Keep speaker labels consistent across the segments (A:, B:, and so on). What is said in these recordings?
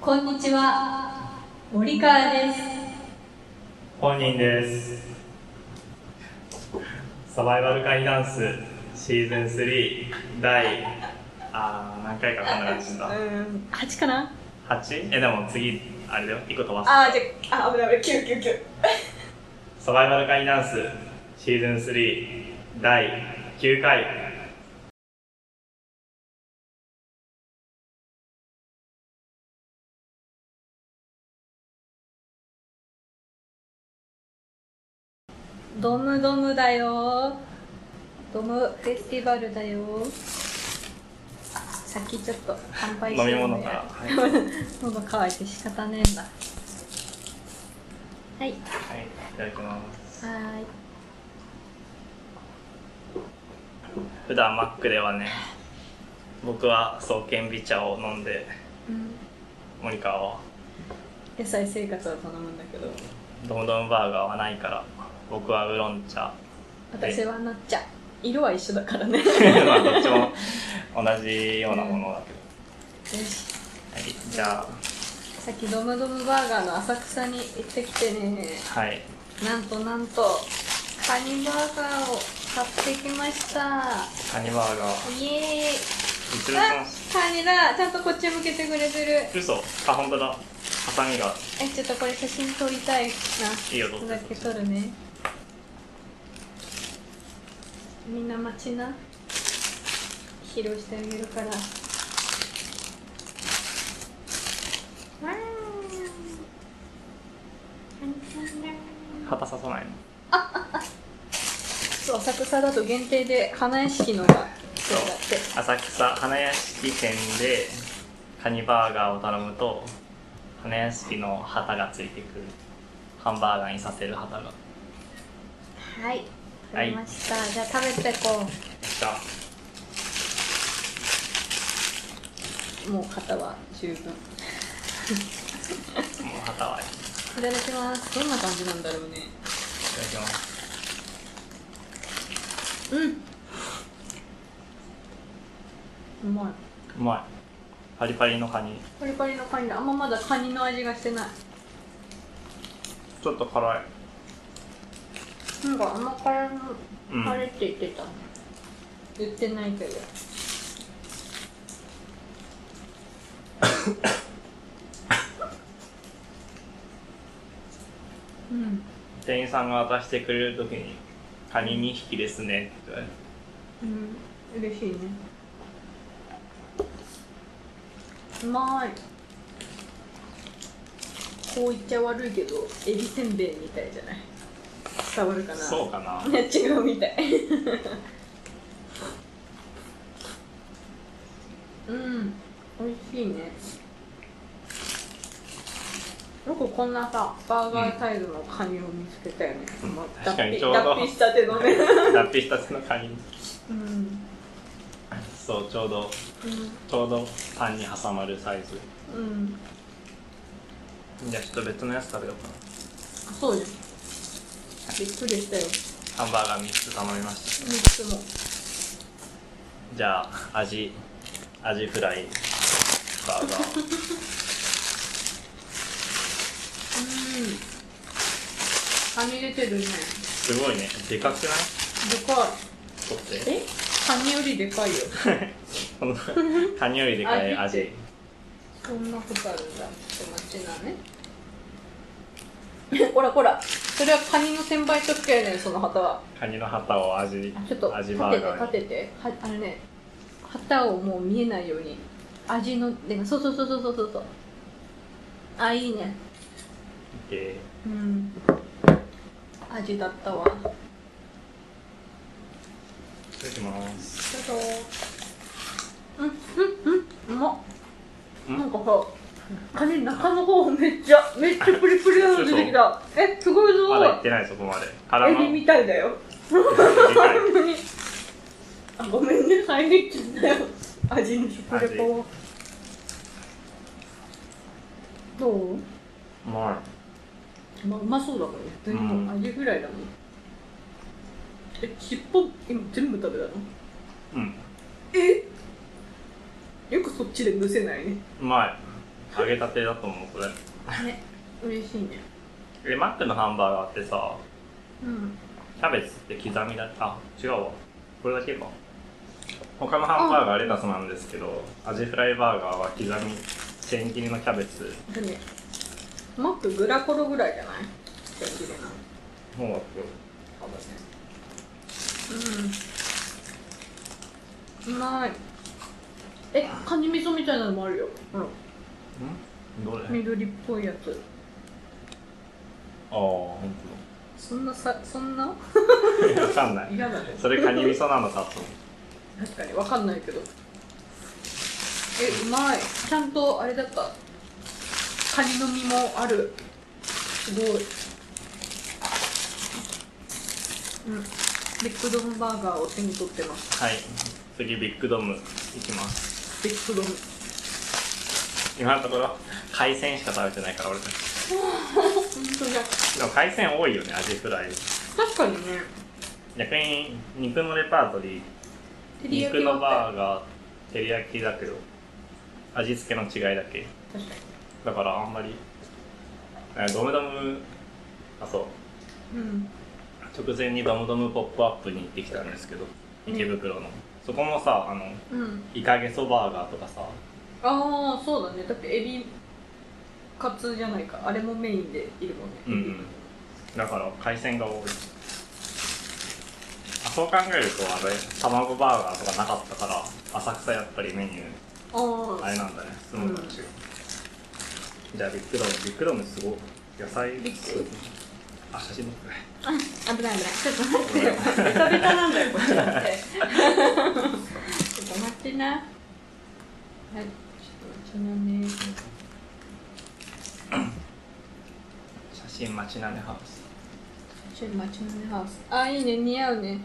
A: こんにちは森川です
B: 本人ですサバイバル会ダンスシーズン3第あー何回かこんな感じした
C: うん、八かな。
B: 8? えでも次あれだよ1個飛ばす
C: あー、じゃあ、あ、危ない、危ない、九九九。
B: サバイバル会ダンスシーズン3第9回
A: ドムドムだよドムフェスティバルだよさっきちょっと乾杯
B: 飲
A: して
B: み
A: る
B: 物から、
A: ら
B: はいはい、
A: 喉乾いて仕方ねえんだはいはい
B: ただきます普段マックではね僕は双剣美茶を飲んで
A: ーい、うん、
B: 森川は
C: 野菜生活は頼むんだけど。
B: ドムドムバーガーはないから僕はウーロン茶
A: 私はなっちゃ
C: 色は一緒だ からね。
B: まあどっちも同じようなものだけど、
A: うよし
B: はい、じゃ
A: さっきドムドムバーガーの浅草に行ってきてね
B: あはい
A: なんとなんとカニバーガーを買ってきました
B: カニバーガー
A: イエーイ
B: いただき
A: あ
B: ます
A: カニだちゃんとこっち向けてくれてる
B: 嘘あ本当だハサミが
A: えちょっとこれ写真撮りたいない
B: いよ
A: ちょ
B: ど
A: っと
B: うぞ
A: だけ撮るねみんな待ちな披露してあげるからわーカニさんだ
B: 旗刺さないの
A: そう浅草だと限定で花屋敷のがそうだって
B: 浅草花屋敷店でカニバーガーを頼むと花屋敷の旗がついてくるハンバーガーにさせる旗が
A: はい撮りました、じゃあ食べてこう
B: じゃあ
C: もう型は十分。
B: もう旗はい
A: いただきます
C: どんな感じなんだろうね。
B: ただきます
C: うまい。
B: うまいパリパリのカニ
A: パリパリのカニだあんままだカニの味がしてない
B: ちょっと辛い
A: なんか甘辛の
B: うん
A: あれって言ってたね、言ってないけどうん
B: 店員さんが渡してくれる時に「カニ2匹ですね」って言われて
A: うん嬉しいねうまい
C: こう言っちゃ悪いけど、エビせんべいみたいじゃない。伝わるかな。
B: そうかな
C: う。いや、違うみたい。
A: うん美味しいねよくこんなさバーガーサイズのカニを見つけたよね、
B: うん
A: もう
B: 確か
A: 脱
B: に
A: 皮
B: ちょうど
A: 脱皮したての ね
B: 脱皮したてのカニ
A: うん、
B: そうちょうど
A: う
B: ちょうどパンに挟まるサイズ
A: んうん
B: じゃあちょっと別のやつ食べようかな
A: あそうですびっくりしたよ
B: ハンバーガー3つ頼みました
A: 3つも
B: じゃあ味味フライバーガー
A: うんカニ出てるね
B: すごいねでかくない
A: でか
B: 取っ
A: い
B: て
A: えカニよりでかいよ
B: この カニよりでかい
A: 味っ
B: 味
A: てそんなことあるんだちょっと待ちなね ほらほらそれはカニの専売特権だよその旗は
B: カニの旗を味
A: ちょっと立て
B: 味バ
A: て
B: ーガ
A: 立
B: ー
A: て
B: に
A: てはあのね旗をもう見えないように味のでもそうそうそうそうそうそうそうあいいね
B: で
A: うん味だったわ
B: いただきます
A: ちょっとうんうんうんうまっ
B: ん
A: なんかさカニ中の方めっちゃめっちゃプリプリなの出てきたえすごいす
B: ま
A: ごい
B: だ行ってないそこまでから
C: エ
B: の
C: ビみたいだよ。
B: で かい
C: あ、ごめんね、入りきんだよ。味に食レポを。
A: どう
B: うまい
C: まあ、うまそうだからね。
A: 全部
B: うん
A: アジフライだもん
C: え、尻尾、今全部食べたの。
B: うん
C: え。よくそっちでむせないね。
B: うまい揚げたてだと思うこれ
A: ね嬉しいね
B: えマックのハンバーガーってさ
A: うん
B: キャベツって刻みだあ違うわこれだけか他のハンバーガーはレタスなんですけどアジフライバーガーは刻み千切りのキャベツ
A: でねマックグラコロぐらいじゃない千切れな
B: もうこ
A: うんうまいえカニ味噌みたいなのもあるよほら
B: うんどれああ
A: 緑っぽいやつ
B: 本
A: そんなさそんな
B: 当だわかんない
A: 嫌だね
B: それカニ味噌なのかと思う
A: 確かにわかんないけどえうまいちゃんとあれだったカニの身もあるすごいうんビッグドームバーガーを手に取ってます
B: はい次ビッグドームいきます
A: ビッグドーム
B: 今のところ海鮮しか食べてないから俺たち
A: 本当だ
B: でも海鮮多いよねアジフライ
A: 確かにね
B: 逆に肉のレパートリー
A: 照り焼き
B: 肉の
A: もあ
B: バ
A: っ
B: ーガー照り焼きだけど味付けの違いだけ
A: たよ確か
B: だからあんまりえドムドムあそう
A: にうん
B: 直前にドムドムポップアップに行ってきたんですけど
A: うん
B: 池袋の、そこもさあの
A: うん
B: イカゲソバーガーとかさ
A: ああそうだねだってエビカツじゃないかあれもメインでいるもんね
B: うんうんだから海鮮が多いあそう考えるとあれ卵バーガーとかなかったから浅草やっぱりメニュー
A: あー
B: あれなんだね質問が違う、じゃあビッグドームビッグドームすごい野菜
A: ビッグ
B: あ写真撮ってない
A: あ危ない危ないちょっと待 ってよベタベタなんだよこっちだってちょっと待ってなはいちょっと待ちなね
B: 写真待ちなねハウス
A: ちょっと待ちなねハウスあいいね似合うね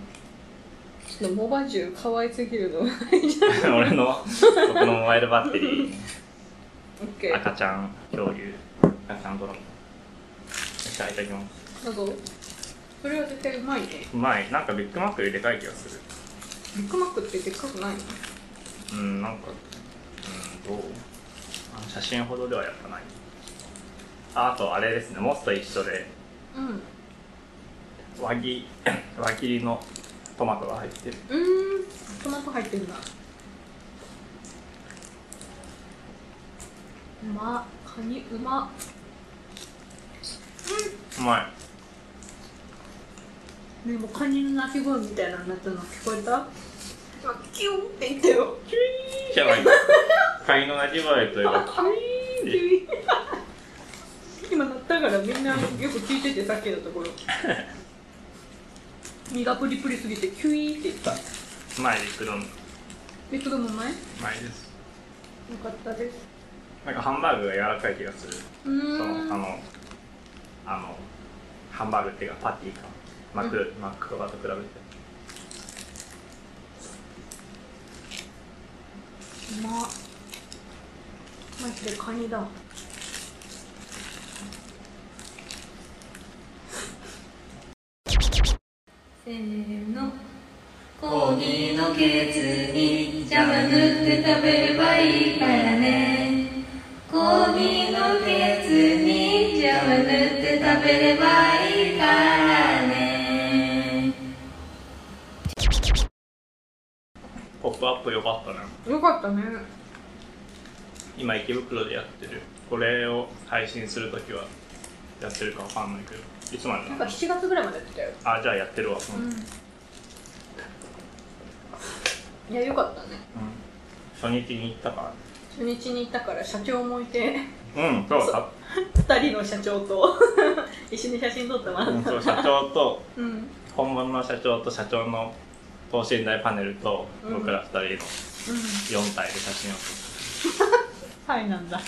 A: ちょっとモバジュ可愛すぎるのオッ
B: 俺の僕のモバイルバッテリ
A: ケ
B: ー
A: ー
B: 赤ちゃん恐竜赤ちゃんドラゴンじゃあいただきます
A: どうぞそれは絶対うまいね
B: うまいなんかビッグマックよりでかい気がする
A: ビッグマックってでっかくないの
B: うんなんかうんどうあの写真ほどではやっぱないああとあれですねモスと一緒で
A: うん
B: 輪切 輪切りのトマトが入ってる
A: うーん、トマト入ってるな。うま、カニうま。
B: うまい
A: ね、もうカニの鳴き声みたいなのになったの聞こえた。今キュンって言ったよ。キュイーン。
B: じゃ ないカニの鳴き声といえ ば
A: カニキュイーン。今鳴ったから、みんなよく聞いてて、さっきの ところ。身がプリプリすぎて、キュイーって言った。
B: うまいビッグドームう
A: ビッグドームうまい。よ
B: まいです
A: かったです。
B: なんかハンバーグが柔らかい気がする
A: うー
B: その
A: ん。
B: あのあのハンバーグっていうかパティかマク,、マクとかと比べて
A: うまっマジでカニだせーの
D: コーヒーのケツにジャム塗って食べればいいからねコーヒーのケツにジャム塗って食べればいいからね
B: 「ポップアップ良かったな
A: よかったね
B: 今池袋でやってるこれを配信するときはやってるかわかんないけどいつまで
A: な
B: なん
A: か
B: の
A: 7月ぐらいまでやってたよ
B: あじゃあやってるわ、うん
A: いやよかったね
B: 初日に行ったか
A: 初日に行ったから社長もいて
B: らうんそうさ
A: 2人の社長と 一緒に写真撮ってま
B: うん
A: す
B: そう社長と
A: うん
B: 本物の社長と社長の等身大パネルと
A: うん
B: 僕ら2人
A: う
B: の
A: ん
B: 4体で写真を撮っ
A: はいなんだ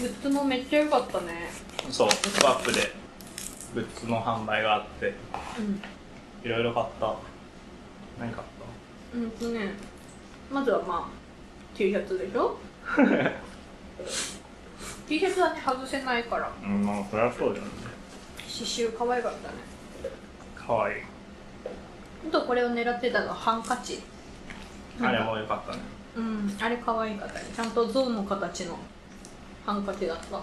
A: グッズもめっちゃ良かったね
B: て、そうポップアップでグッズの販売があっていろいろ買った何買っ
A: うんうんとねまずはまあ T シャツでしょ T シャツはね外せないから
B: たうんまあそりゃそうだよね
A: 刺繍可愛かったね
B: かわいい
A: あとこれを狙ってたのはハンカチ
B: あれも良かったね
A: うんあれ可愛かったねちゃんと象の形のハンカチだった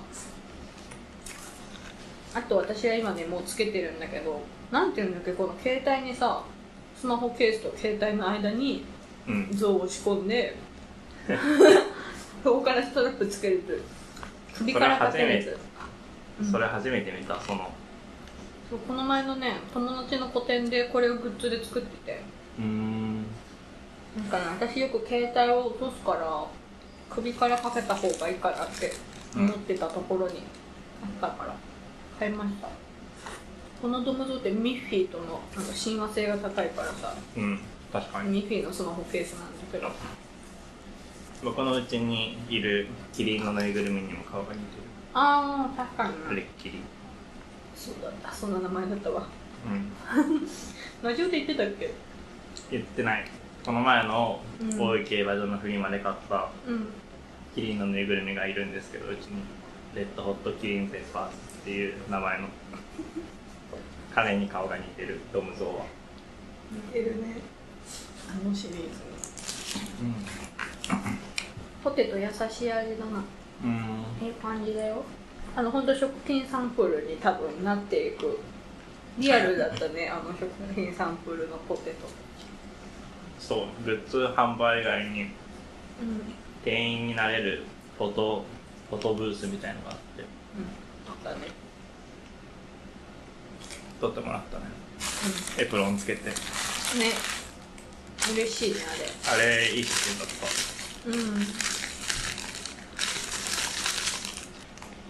A: あと私は今ねもうつけてるんだけどなんていうんだっけこの携帯にさスマホケースと携帯の間に
B: うん
A: 象を仕込ん でそこからストラップつけるやつ首からかけるや
B: それ
A: つ
B: それ初めて見たその
A: そうこの前のね友達の個展でこれをグッズで作ってて
B: うーん
A: なんかね私よく携帯を落とすから首からかけた方がいいかなって思ってたところにあったから買いましたこのドムゾってミッフィーとのなんか親和性が高いからさ
B: うん確かに
A: ミッフィーのスマホケースなんだけど
B: 僕のうちにいるキリンのぬいぐるみにも顔が似てる
A: ああ確か
B: あ
A: に
B: れっ
A: ね
B: きり
A: そうだったそんな名前だったわ
B: うん
A: ラジオで言ってたっけ
B: 言ってないこの前の
A: うん
B: 大井競馬場のフリマで買った
A: うん
B: キリンのぬいぐるみがいるんですけどうちにレッドホットキリンペッパーズっていう名前の 彼に顔が似てるドムゾウは、
C: 似てるね
A: あのシリーズポテト優しい味だな
B: うん、うん
A: いい感じだよあの本当食品サンプルに多分なっていくリアルだったねあの食品サンプルのポテト
B: そうグッズ販売以外に
A: うん、うん、
B: 店員になれるフォトフォトブースみたいのがあって
A: あったね
B: 撮ってもらったねエプロンつけて
A: うんね嬉しいね
B: あれいい写真だっ
A: あ
B: た
A: れうん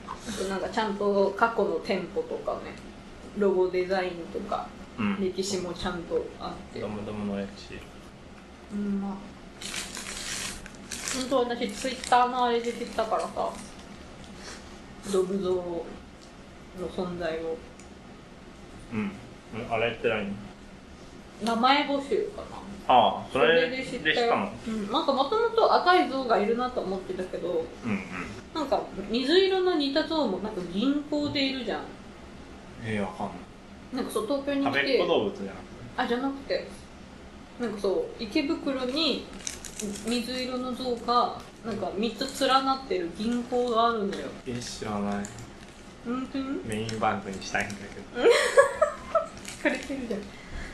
A: あとなんかちゃんと過去の店舗とかねロゴデザインとか
B: うん
A: 歴史もちゃんとあって
B: ドムドムの歴史
A: うんまあ本当私ツイッターのあれで知ったからさドブゾウの存在を
B: うんあれって何
A: 名前募集かな
B: ああそれ
A: で
B: で
A: 知
B: 知
A: っ
B: ったた
A: よ
B: の、
A: うん、なんかもともと赤いゾウがいるなと思ってたけど
B: うんうん
A: なんか水色の似たゾウもなんか銀行でいるじゃん
B: えー、わかんない
A: なんかそう東京に
B: 食
A: 来
B: べ
A: て
B: っ子動物じゃなくて
A: あじゃなくてなんかそう池袋に水色の像がなんか3つ連なってる銀行があるのよ
B: えー知らない
A: 本当に
B: メインバンクにしたいんだけど
A: 聞かれてるじゃん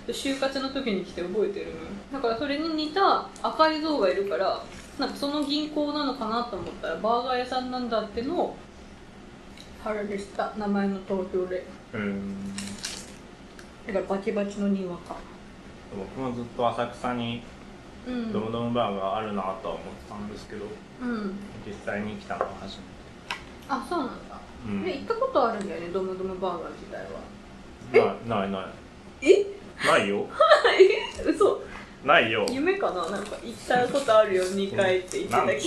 A: 就活の時に来て覚えてるのよだからそれに似た赤い像がいるからなんかその銀行なのかなと思ったらバーガー屋さんなんだってのをあれでした名前の投票で
B: うーん
A: だからバチバチのにわか
B: 僕もずっと浅草に
A: うん
B: ドムドムバーがあるなとは思ってたんですけど、
A: うん
B: 実際に来たのは初
A: あそうなんだ、
B: うん
A: で行ったことあるんだよねドムドムバーガー自体は
B: めてないないない
A: え
B: ないよ
A: 嘘
B: ないよ2
A: 夢かななんか行ったことあるよ2回って言ってたけど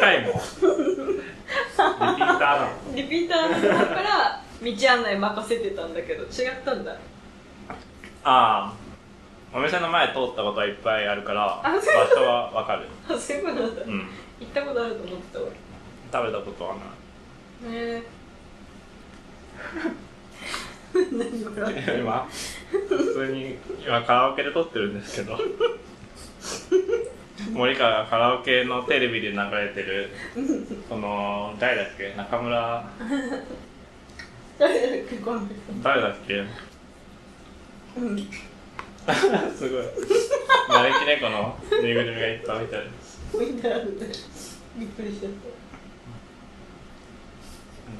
B: 回もリピーターだ
A: リピーターの方から道案内任せてたんだけど違ったんだ
B: ああお店の前通ったことはいっぱいあるから
A: あ
B: 場
A: そういうこと
B: 所はわかる
A: あそういうことなんだ、
B: う
A: 行
B: ん
A: ったことあると思ってた俺ね
B: 食べたことは
A: え何
B: な
A: 笑っ
B: い今普通に今カラオケで撮ってるんですけど森川がカラオケのテレビで流れてるその誰だっけ中村
A: 誰だっけこの人
B: 誰だっけ
A: うん
B: すごい招き猫のぬいぐるみがいっぱい置いてある
A: ポイントあるんだよびっくりしちゃっ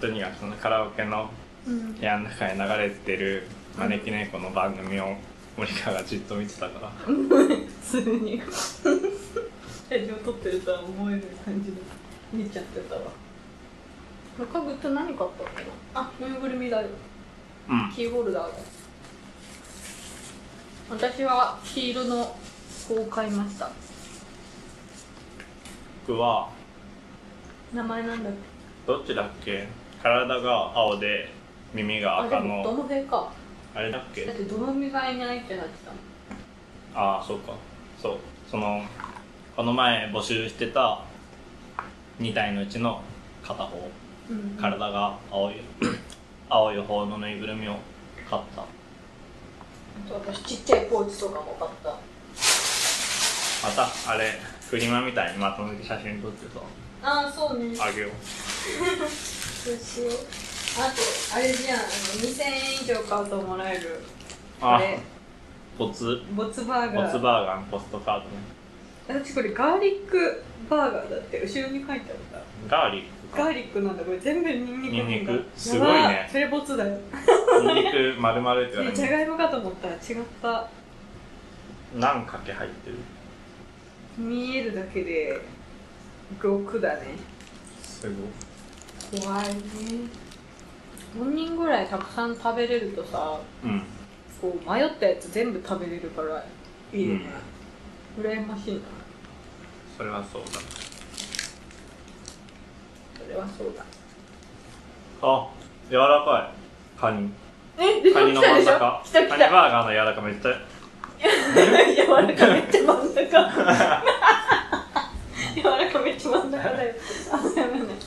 B: とにかくそのカラオケの
A: たうん
B: 部屋の中に流れてる招き猫の番組を森川がじっと見てたから
A: 普通にラジオ撮ってるとは思える感じで見ちゃってたわ中グッズ何買ったのあぬいぐるみだよ
B: うん
A: キーホルダーだ私は黄色の子を買いました
B: 僕は
A: 名前なんだっけ
B: どっちだっけ体が青で耳が
A: あで
B: 赤
A: もど
B: の
A: の辺か
B: あれだっ
A: だっ
B: け
A: てどの身がいないってなってたもん
B: ああそうかそうそのこの前募集してた2体のうちの片方
A: うん
B: 体が 青い青い方のぬいぐるみを買った
A: あと私ちっちゃいポーチとかも買った
B: またあれフリマみたいにまとめて写真撮ってさ
A: ああそうね
B: あげよう
A: そうしようあとあれじゃんあの2000円以上買うともらえる
B: あ
A: あれ
B: ポツ
A: ボツバー
B: ポ
A: ガ
B: ツ
A: ー
B: バーガーのポストカードね
A: 私これガーリックバーガーだって後ろに書いてあった
B: ガーリック
A: ガ
B: か
A: ーリックなんだこれ全部ニンニクなんだ
B: ニンニク
A: やば
B: すごいね
A: それボツだよ
B: ニンニク丸々って言わ
A: え
B: れ
A: じゃ
B: て
A: がいもかと思ったら違った
B: 何かけ入ってる
A: 見えるだけで6だね
B: すごい
A: 怖いね5人ぐらいたくさん食べれるとさ
B: うん
A: こう迷ったやつ全部食べれるからいいね、羨ましいな
B: それはそうだ
A: それはそうだ
B: あ柔らかいカニ
A: えでし
B: カ
A: ょ
B: ニ
A: 来
B: の
A: た
B: 真
A: で
B: ん
A: しょ
B: 中
A: 来た来
B: カ
A: た
B: ニバーガーの柔らかめっちゃ
A: 柔らかめっちゃ真ん中 柔らかめっちゃ真ん中だよあやばいね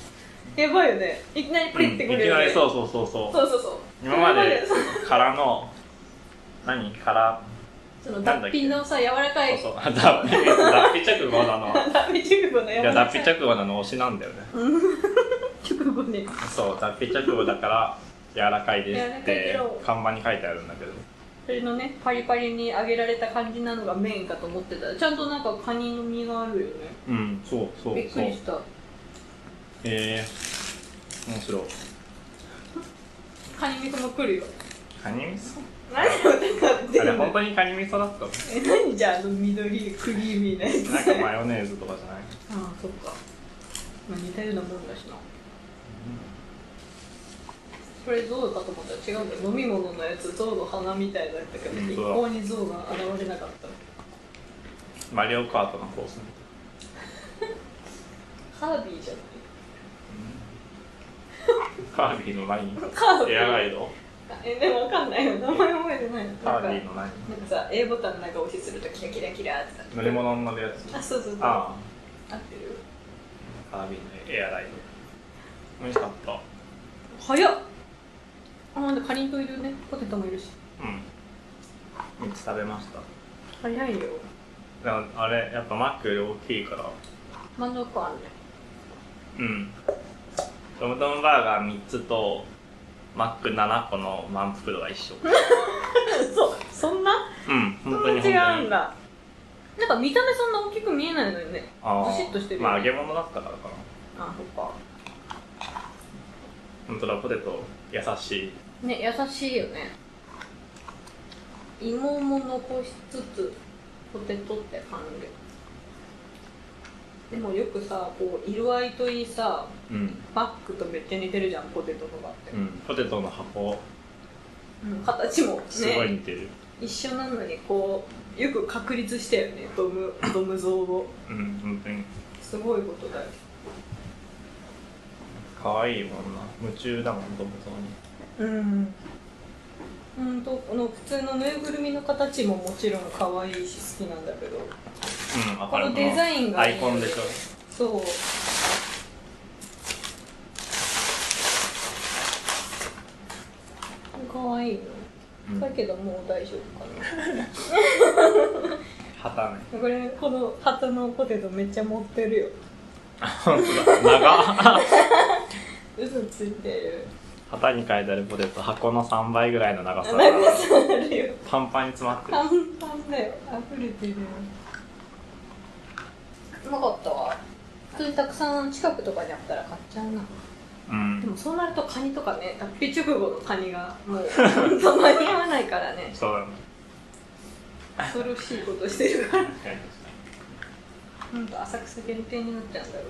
A: やばいよねいきなりプ
B: うん
A: リっ
B: い
A: て
B: き
A: くるよ
B: な
A: ね、
B: りそうそうそうそう
A: そうそうそう
B: 今まで
A: そう
B: からの何から
A: その
B: なんだ
A: 脱
B: っけ
A: 皮のさ柔らか
B: そう
A: い
B: そう 脱皮脱皮直後なの
A: 脱皮直後の柔
B: いや
A: らか
B: 脱
A: い
B: 皮直後なの推しなんだよね
A: 直後ね
B: そう脱皮直後だから柔らかいですっ
A: 柔
B: て
A: らかいけど
B: 看板に書いてあるんだけど
A: それのねパリパリに揚げられた感じなのがメインかと思ってたらちゃんとなんかカニの身があるよね
B: うんそうそう
A: びっく
B: そう
A: り
B: へ
A: した
B: え面白い
A: カニ味噌も来るよ
B: カニ味噌
A: 何をだから
B: あれ
A: 全
B: 本
A: 部
B: 当にカニ味噌だったの
A: え何じゃああの緑クリーミーなやつ
B: なんかマヨネーズとかじゃない
A: ああそっか、まあ、似たようなもんだしなこれ象かと思ったら違うんだよ飲み物のやつ象の花みたいだったけど
B: 本
A: 一
B: 当だ
A: 向に象が現れなかった
B: マリオカートのコースみ
A: カービィじゃない
B: たいカービィの何
A: カービィ
B: エアガイド
A: えでもわかんないよ名前覚えてないなん
B: カ
A: か
B: ービィの
A: なん
B: 何
A: かさ A ボタンなんか押しするとキラキラキラって
B: 乗り物に乗るやつ
A: あそうそうそう合
B: あ
A: ってる
B: あカービィのエアライド美味しかった
A: 早っあまだカニといるねポテトもいるし
B: うん3つ食べました
A: 早いよ
B: でもあれやっぱマックより大きいから
A: 満足感あるね
B: うんトムトムバーガー3つとマック7個の満腹度が一緒
A: そうそんな
B: うん本当に本当に
A: だなんか見た目そんな大きく見えないのよね
B: あ
A: ずしっとしてるよ
B: ー
A: ね
B: まあ揚げ物だったからかな
A: あそっか
B: 本当だポテト優しい
A: ね優しいよね芋も残しつつポテトって感じでもよくさこう色合いといいさ
B: うん、
A: バッグとめっちゃ似てるじゃんポテトとかって、
B: うん、ポテトの箱
A: うん形もね
B: すごい似てる、
A: 一緒なのにこうよく確立したよねドムドム像を
B: うん本当に
A: すごいことだよ
B: 可愛いもんな夢中だもんともとに
A: うんうんとこの普通のぬいぐるみの形ももちろん可愛いし好きなんだけど
B: うんわ
A: こ
B: かる
A: のデザインが
B: ア
A: いい
B: イコンでしょ
A: そう可愛い
B: うん
A: のだけどもう大丈夫かな
B: 旗ね
A: これこの旗のポテトめっちゃ持ってるよ
B: 本当だ長っ
A: 嘘ついて る
B: 旗に書いてあるポテト箱の3倍ぐらいの長さ
A: 長さあるよ
B: パンパンに詰まってる
A: パンパンだよ溢れてるようまかったわ普通にたくさん近くとかにあったら買っちゃうな
B: う
A: で
B: ん
A: もそうなるとカニとかね脱皮直後のカニがもう本当間に合わないからね
B: そうだね
A: 恐ろしいことしてるから
B: 確かに確か
A: 本当浅草限定になっちゃうんだろ
B: に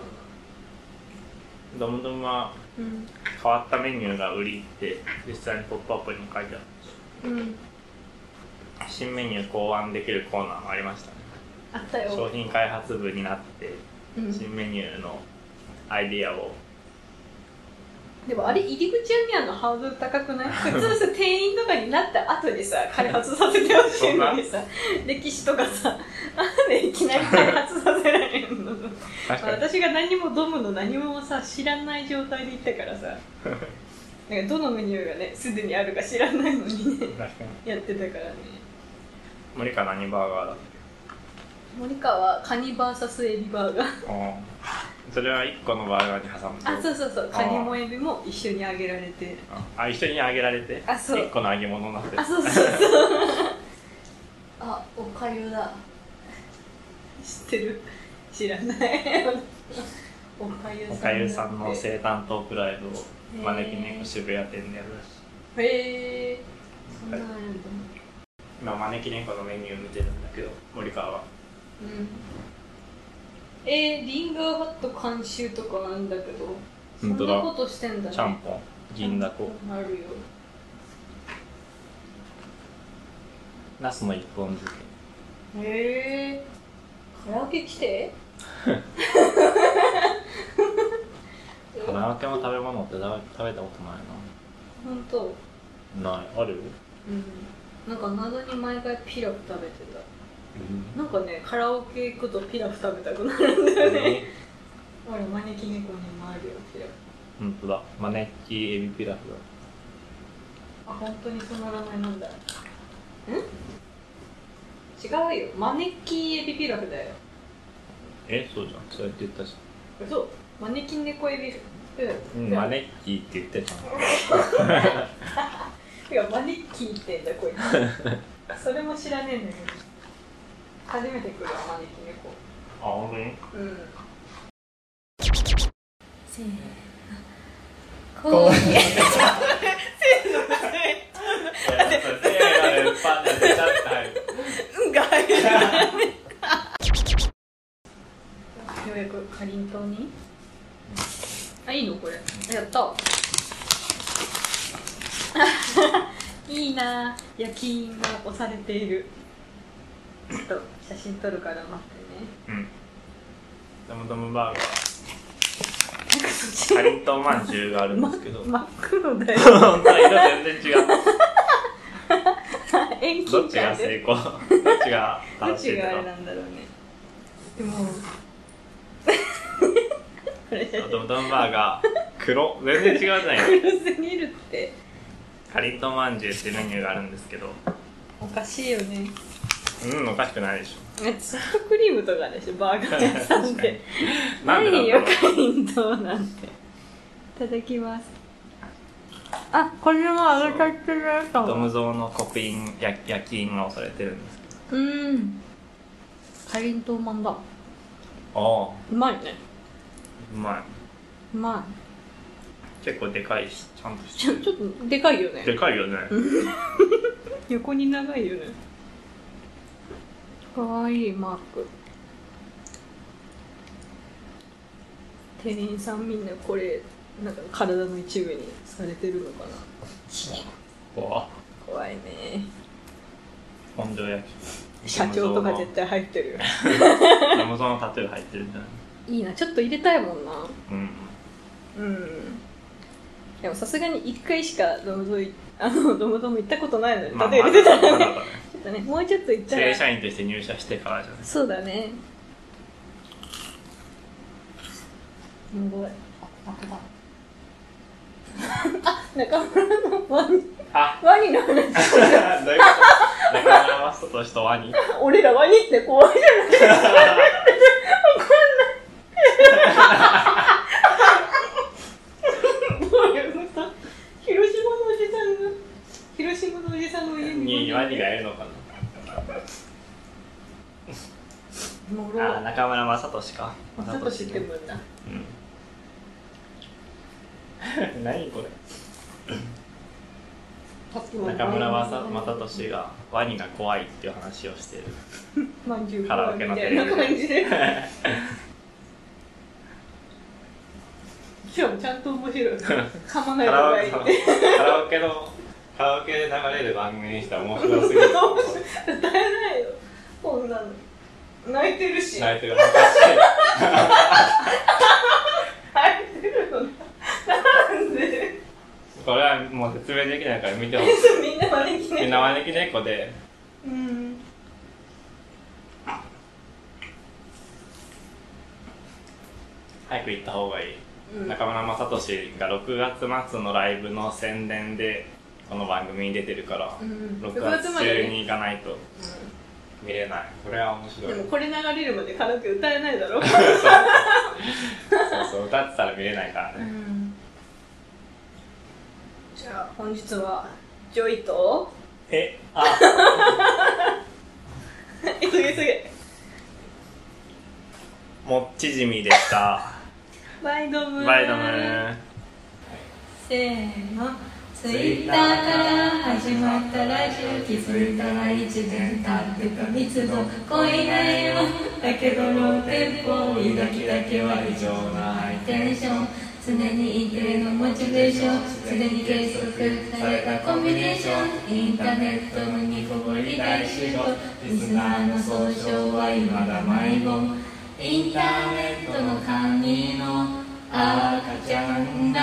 B: ドムドムは
A: うな
B: 変わったメニューが売りって実際にポップアップにも書いてある
A: うんうん
B: 新メニュー考案できるコーナーもありましたね
A: あったよ
B: 商、品開発部になって
A: うん、
B: 新メニューのアイディアを
A: でもあれ入り口にあるのハードル高くない普通さ店員とかになった後にさ開発させてほしいのにさ歴史とかさ なんでいきなり開発させられるの
B: 確かに
A: 私が何もドムの何もさ知らない状態で行ったからさなんかどのメニューがねすでにあるか知らないのにね
B: 確かに
A: やってたからね
B: 森か何バーガーだっ
A: 森川カニバーサスエビバーガー
B: うんそれは1個のバーガーに挟むと
A: あそうそうそう
B: あ
A: カ
B: ー
A: ニもエビも一緒に揚げられて
B: あ一緒に揚げられて
A: あそう
B: 1個の揚げ物になってる
A: あそうそうそう あおかゆだ知ってる知らない おかゆさん
B: おかゆさん
A: だっ
B: の
A: て
B: 生誕トークライブを招き猫渋谷店でやるらしい
A: へえそんなのあるんだ
B: 今招き猫のメニュー見てるんだけど森川は
A: うんえー、リンガーハット監修とかなんだけどそん
B: 本当
A: なこ
B: だ
A: としてんだね
B: ちゃんぽん銀だこ
A: あるよ
B: ナスの一本漬
A: へえー、カラオケ来て
B: けカラオケの食べ物って食べ食べたことない
A: ほんと
B: なないある、
A: うんなんか謎に毎回ピラフ食べてたなんかねカラオケ行くとピラフ食べたくなるんだよね
B: え
A: ほら招き猫にもあるよピラフ
B: 本当だ招きエビピラフだ
A: あ本当にその名前なんだん違うよ招きエビピラフだよ
B: えそうじゃんそうやって言ったじ
A: そう招き猫エビピラフ
B: ゃん、うん、招きって言ったじゃん
A: いや、マネッキーってんだ、こい つ。それも知らねえんだけど。初めて来るわ、マネキ猫。
B: あ本当に
A: うん。
E: せーのコーヒー
B: せーのでパンで出ちゃって入る
F: うんが入る。
A: ようやくかりんとうに。あ、いいの、これ。やった。 あははいいなあ焼き印が押されている。ちょっと写真撮るから待ってね。
B: うんダムダムバーガー
A: なんかそっ
B: かりんとうまんじゅうがあるんですけど
A: ち。真っ黒だよ。
B: 本当色全然違う
A: 遠
B: ど
A: 近
B: っちが
A: 感
B: 成
A: で。
B: 功どっちが
A: どっ
B: 楽し
A: ち
B: いと
A: があれ
B: か
A: なんだろうね。 でも。これ写真
B: ドムドムバーガー黒全然違うじゃない
A: 黒すぎるって
B: かりんとうまんじゅうってメニューがあるんですけど
A: おかしいよね
B: うんおかしくないでし
A: ソフトクリームとかでしょバーガー屋さん で
B: ょなん
A: 何
B: でだろ
A: よ
B: う
A: かりんとうなんていただきますあこれも揚げちゃってるやつか
B: ド
A: も
B: ムゾウのコピン焼焼き印が押されてるんですけ
A: うんかりんとうまんだ
B: どああ
A: うまいね
B: うま
A: うま
B: い結構でかいしちゃんと
A: いちょ
B: し
A: ち
B: て
A: ょっとでかいよね
B: るでかいよね
A: 横に長いよねかわいいマーク店員さんみんなこれなんか体の一部にされてるのかな
B: わ
A: 怖いね
B: 本庄焼き
A: 社長とか絶
B: 対
A: 対入ってるよ
B: ドムゾウのタトゥー入ってるんじゃない
A: いいなちょっと入れたいもんな
B: うん
A: うんでもさすがに1回しかドムドム あのドムドム行ったことないのに
B: まあ
A: 例え
B: ま
A: 入
B: だ
A: れてた
B: ま
A: らね
B: だだね
A: ちょっとねもうちょっと行ったら
B: 正社員として入社してからじゃない
A: そうだね。すごい。あ、中村のワニ、
B: あ
A: ワニの話。
B: どういうことだからマストと人ワニ
A: 俺らワニって怖いじゃない。わかんない。どういうこと広島のおじさんが、広島のおじさんの家
B: に
A: に
B: ワニがいるのか
A: もろ
B: なあ
A: う。
B: 中村雅俊か
A: ちょっと知ってもんだ。
B: うん何これ中村雅雅俊がワニが怖いっていう話をしてる
A: まんじゅう
B: カラオケの
A: みた
B: 店
A: い
B: 員
A: な感じで。しかもちゃんと面白い。噛まない方
B: カラオ
A: がい
B: ケ
A: い
B: の
A: って。
B: カラオケのカラオケで流れる番組にしたら面白 すぎる
A: 歌えないよ。こんなの。泣いてるし。泣
B: 泣いてる昔
A: いてるのな。なんで。
B: これはもう説明できないから見てほし
A: みんな招き
B: いで
A: ね。
B: 生抜き猫で
A: うん。
B: 早く行った方がいい
A: うん
B: 中村雅俊が6月末のライブの宣伝でこの番組に出てるから、
A: うん
B: 6
A: 6月
B: 月
A: までね
B: 中に行かないと見れないこれは面白い
A: でもこれ流れるまでカラオケ歌えないだろ
B: そうそう歌ってたら見れないからね
A: じゃあ本日はジョイと
B: えあ
A: 急げ急げ
B: もっちじみでした
A: バイドムー
B: バイドムー
D: せーのツイッターから始まったラジオ気づいたら一年経ってた密度恋ないよだけどローテンポいだきだけは異常なハイテンション常に一定のモチベーション常に計測されたコンビネーションインターネットのニコゴリ大集合リスナーの総称は未だ迷子インターネットの紙の赤ちゃんだ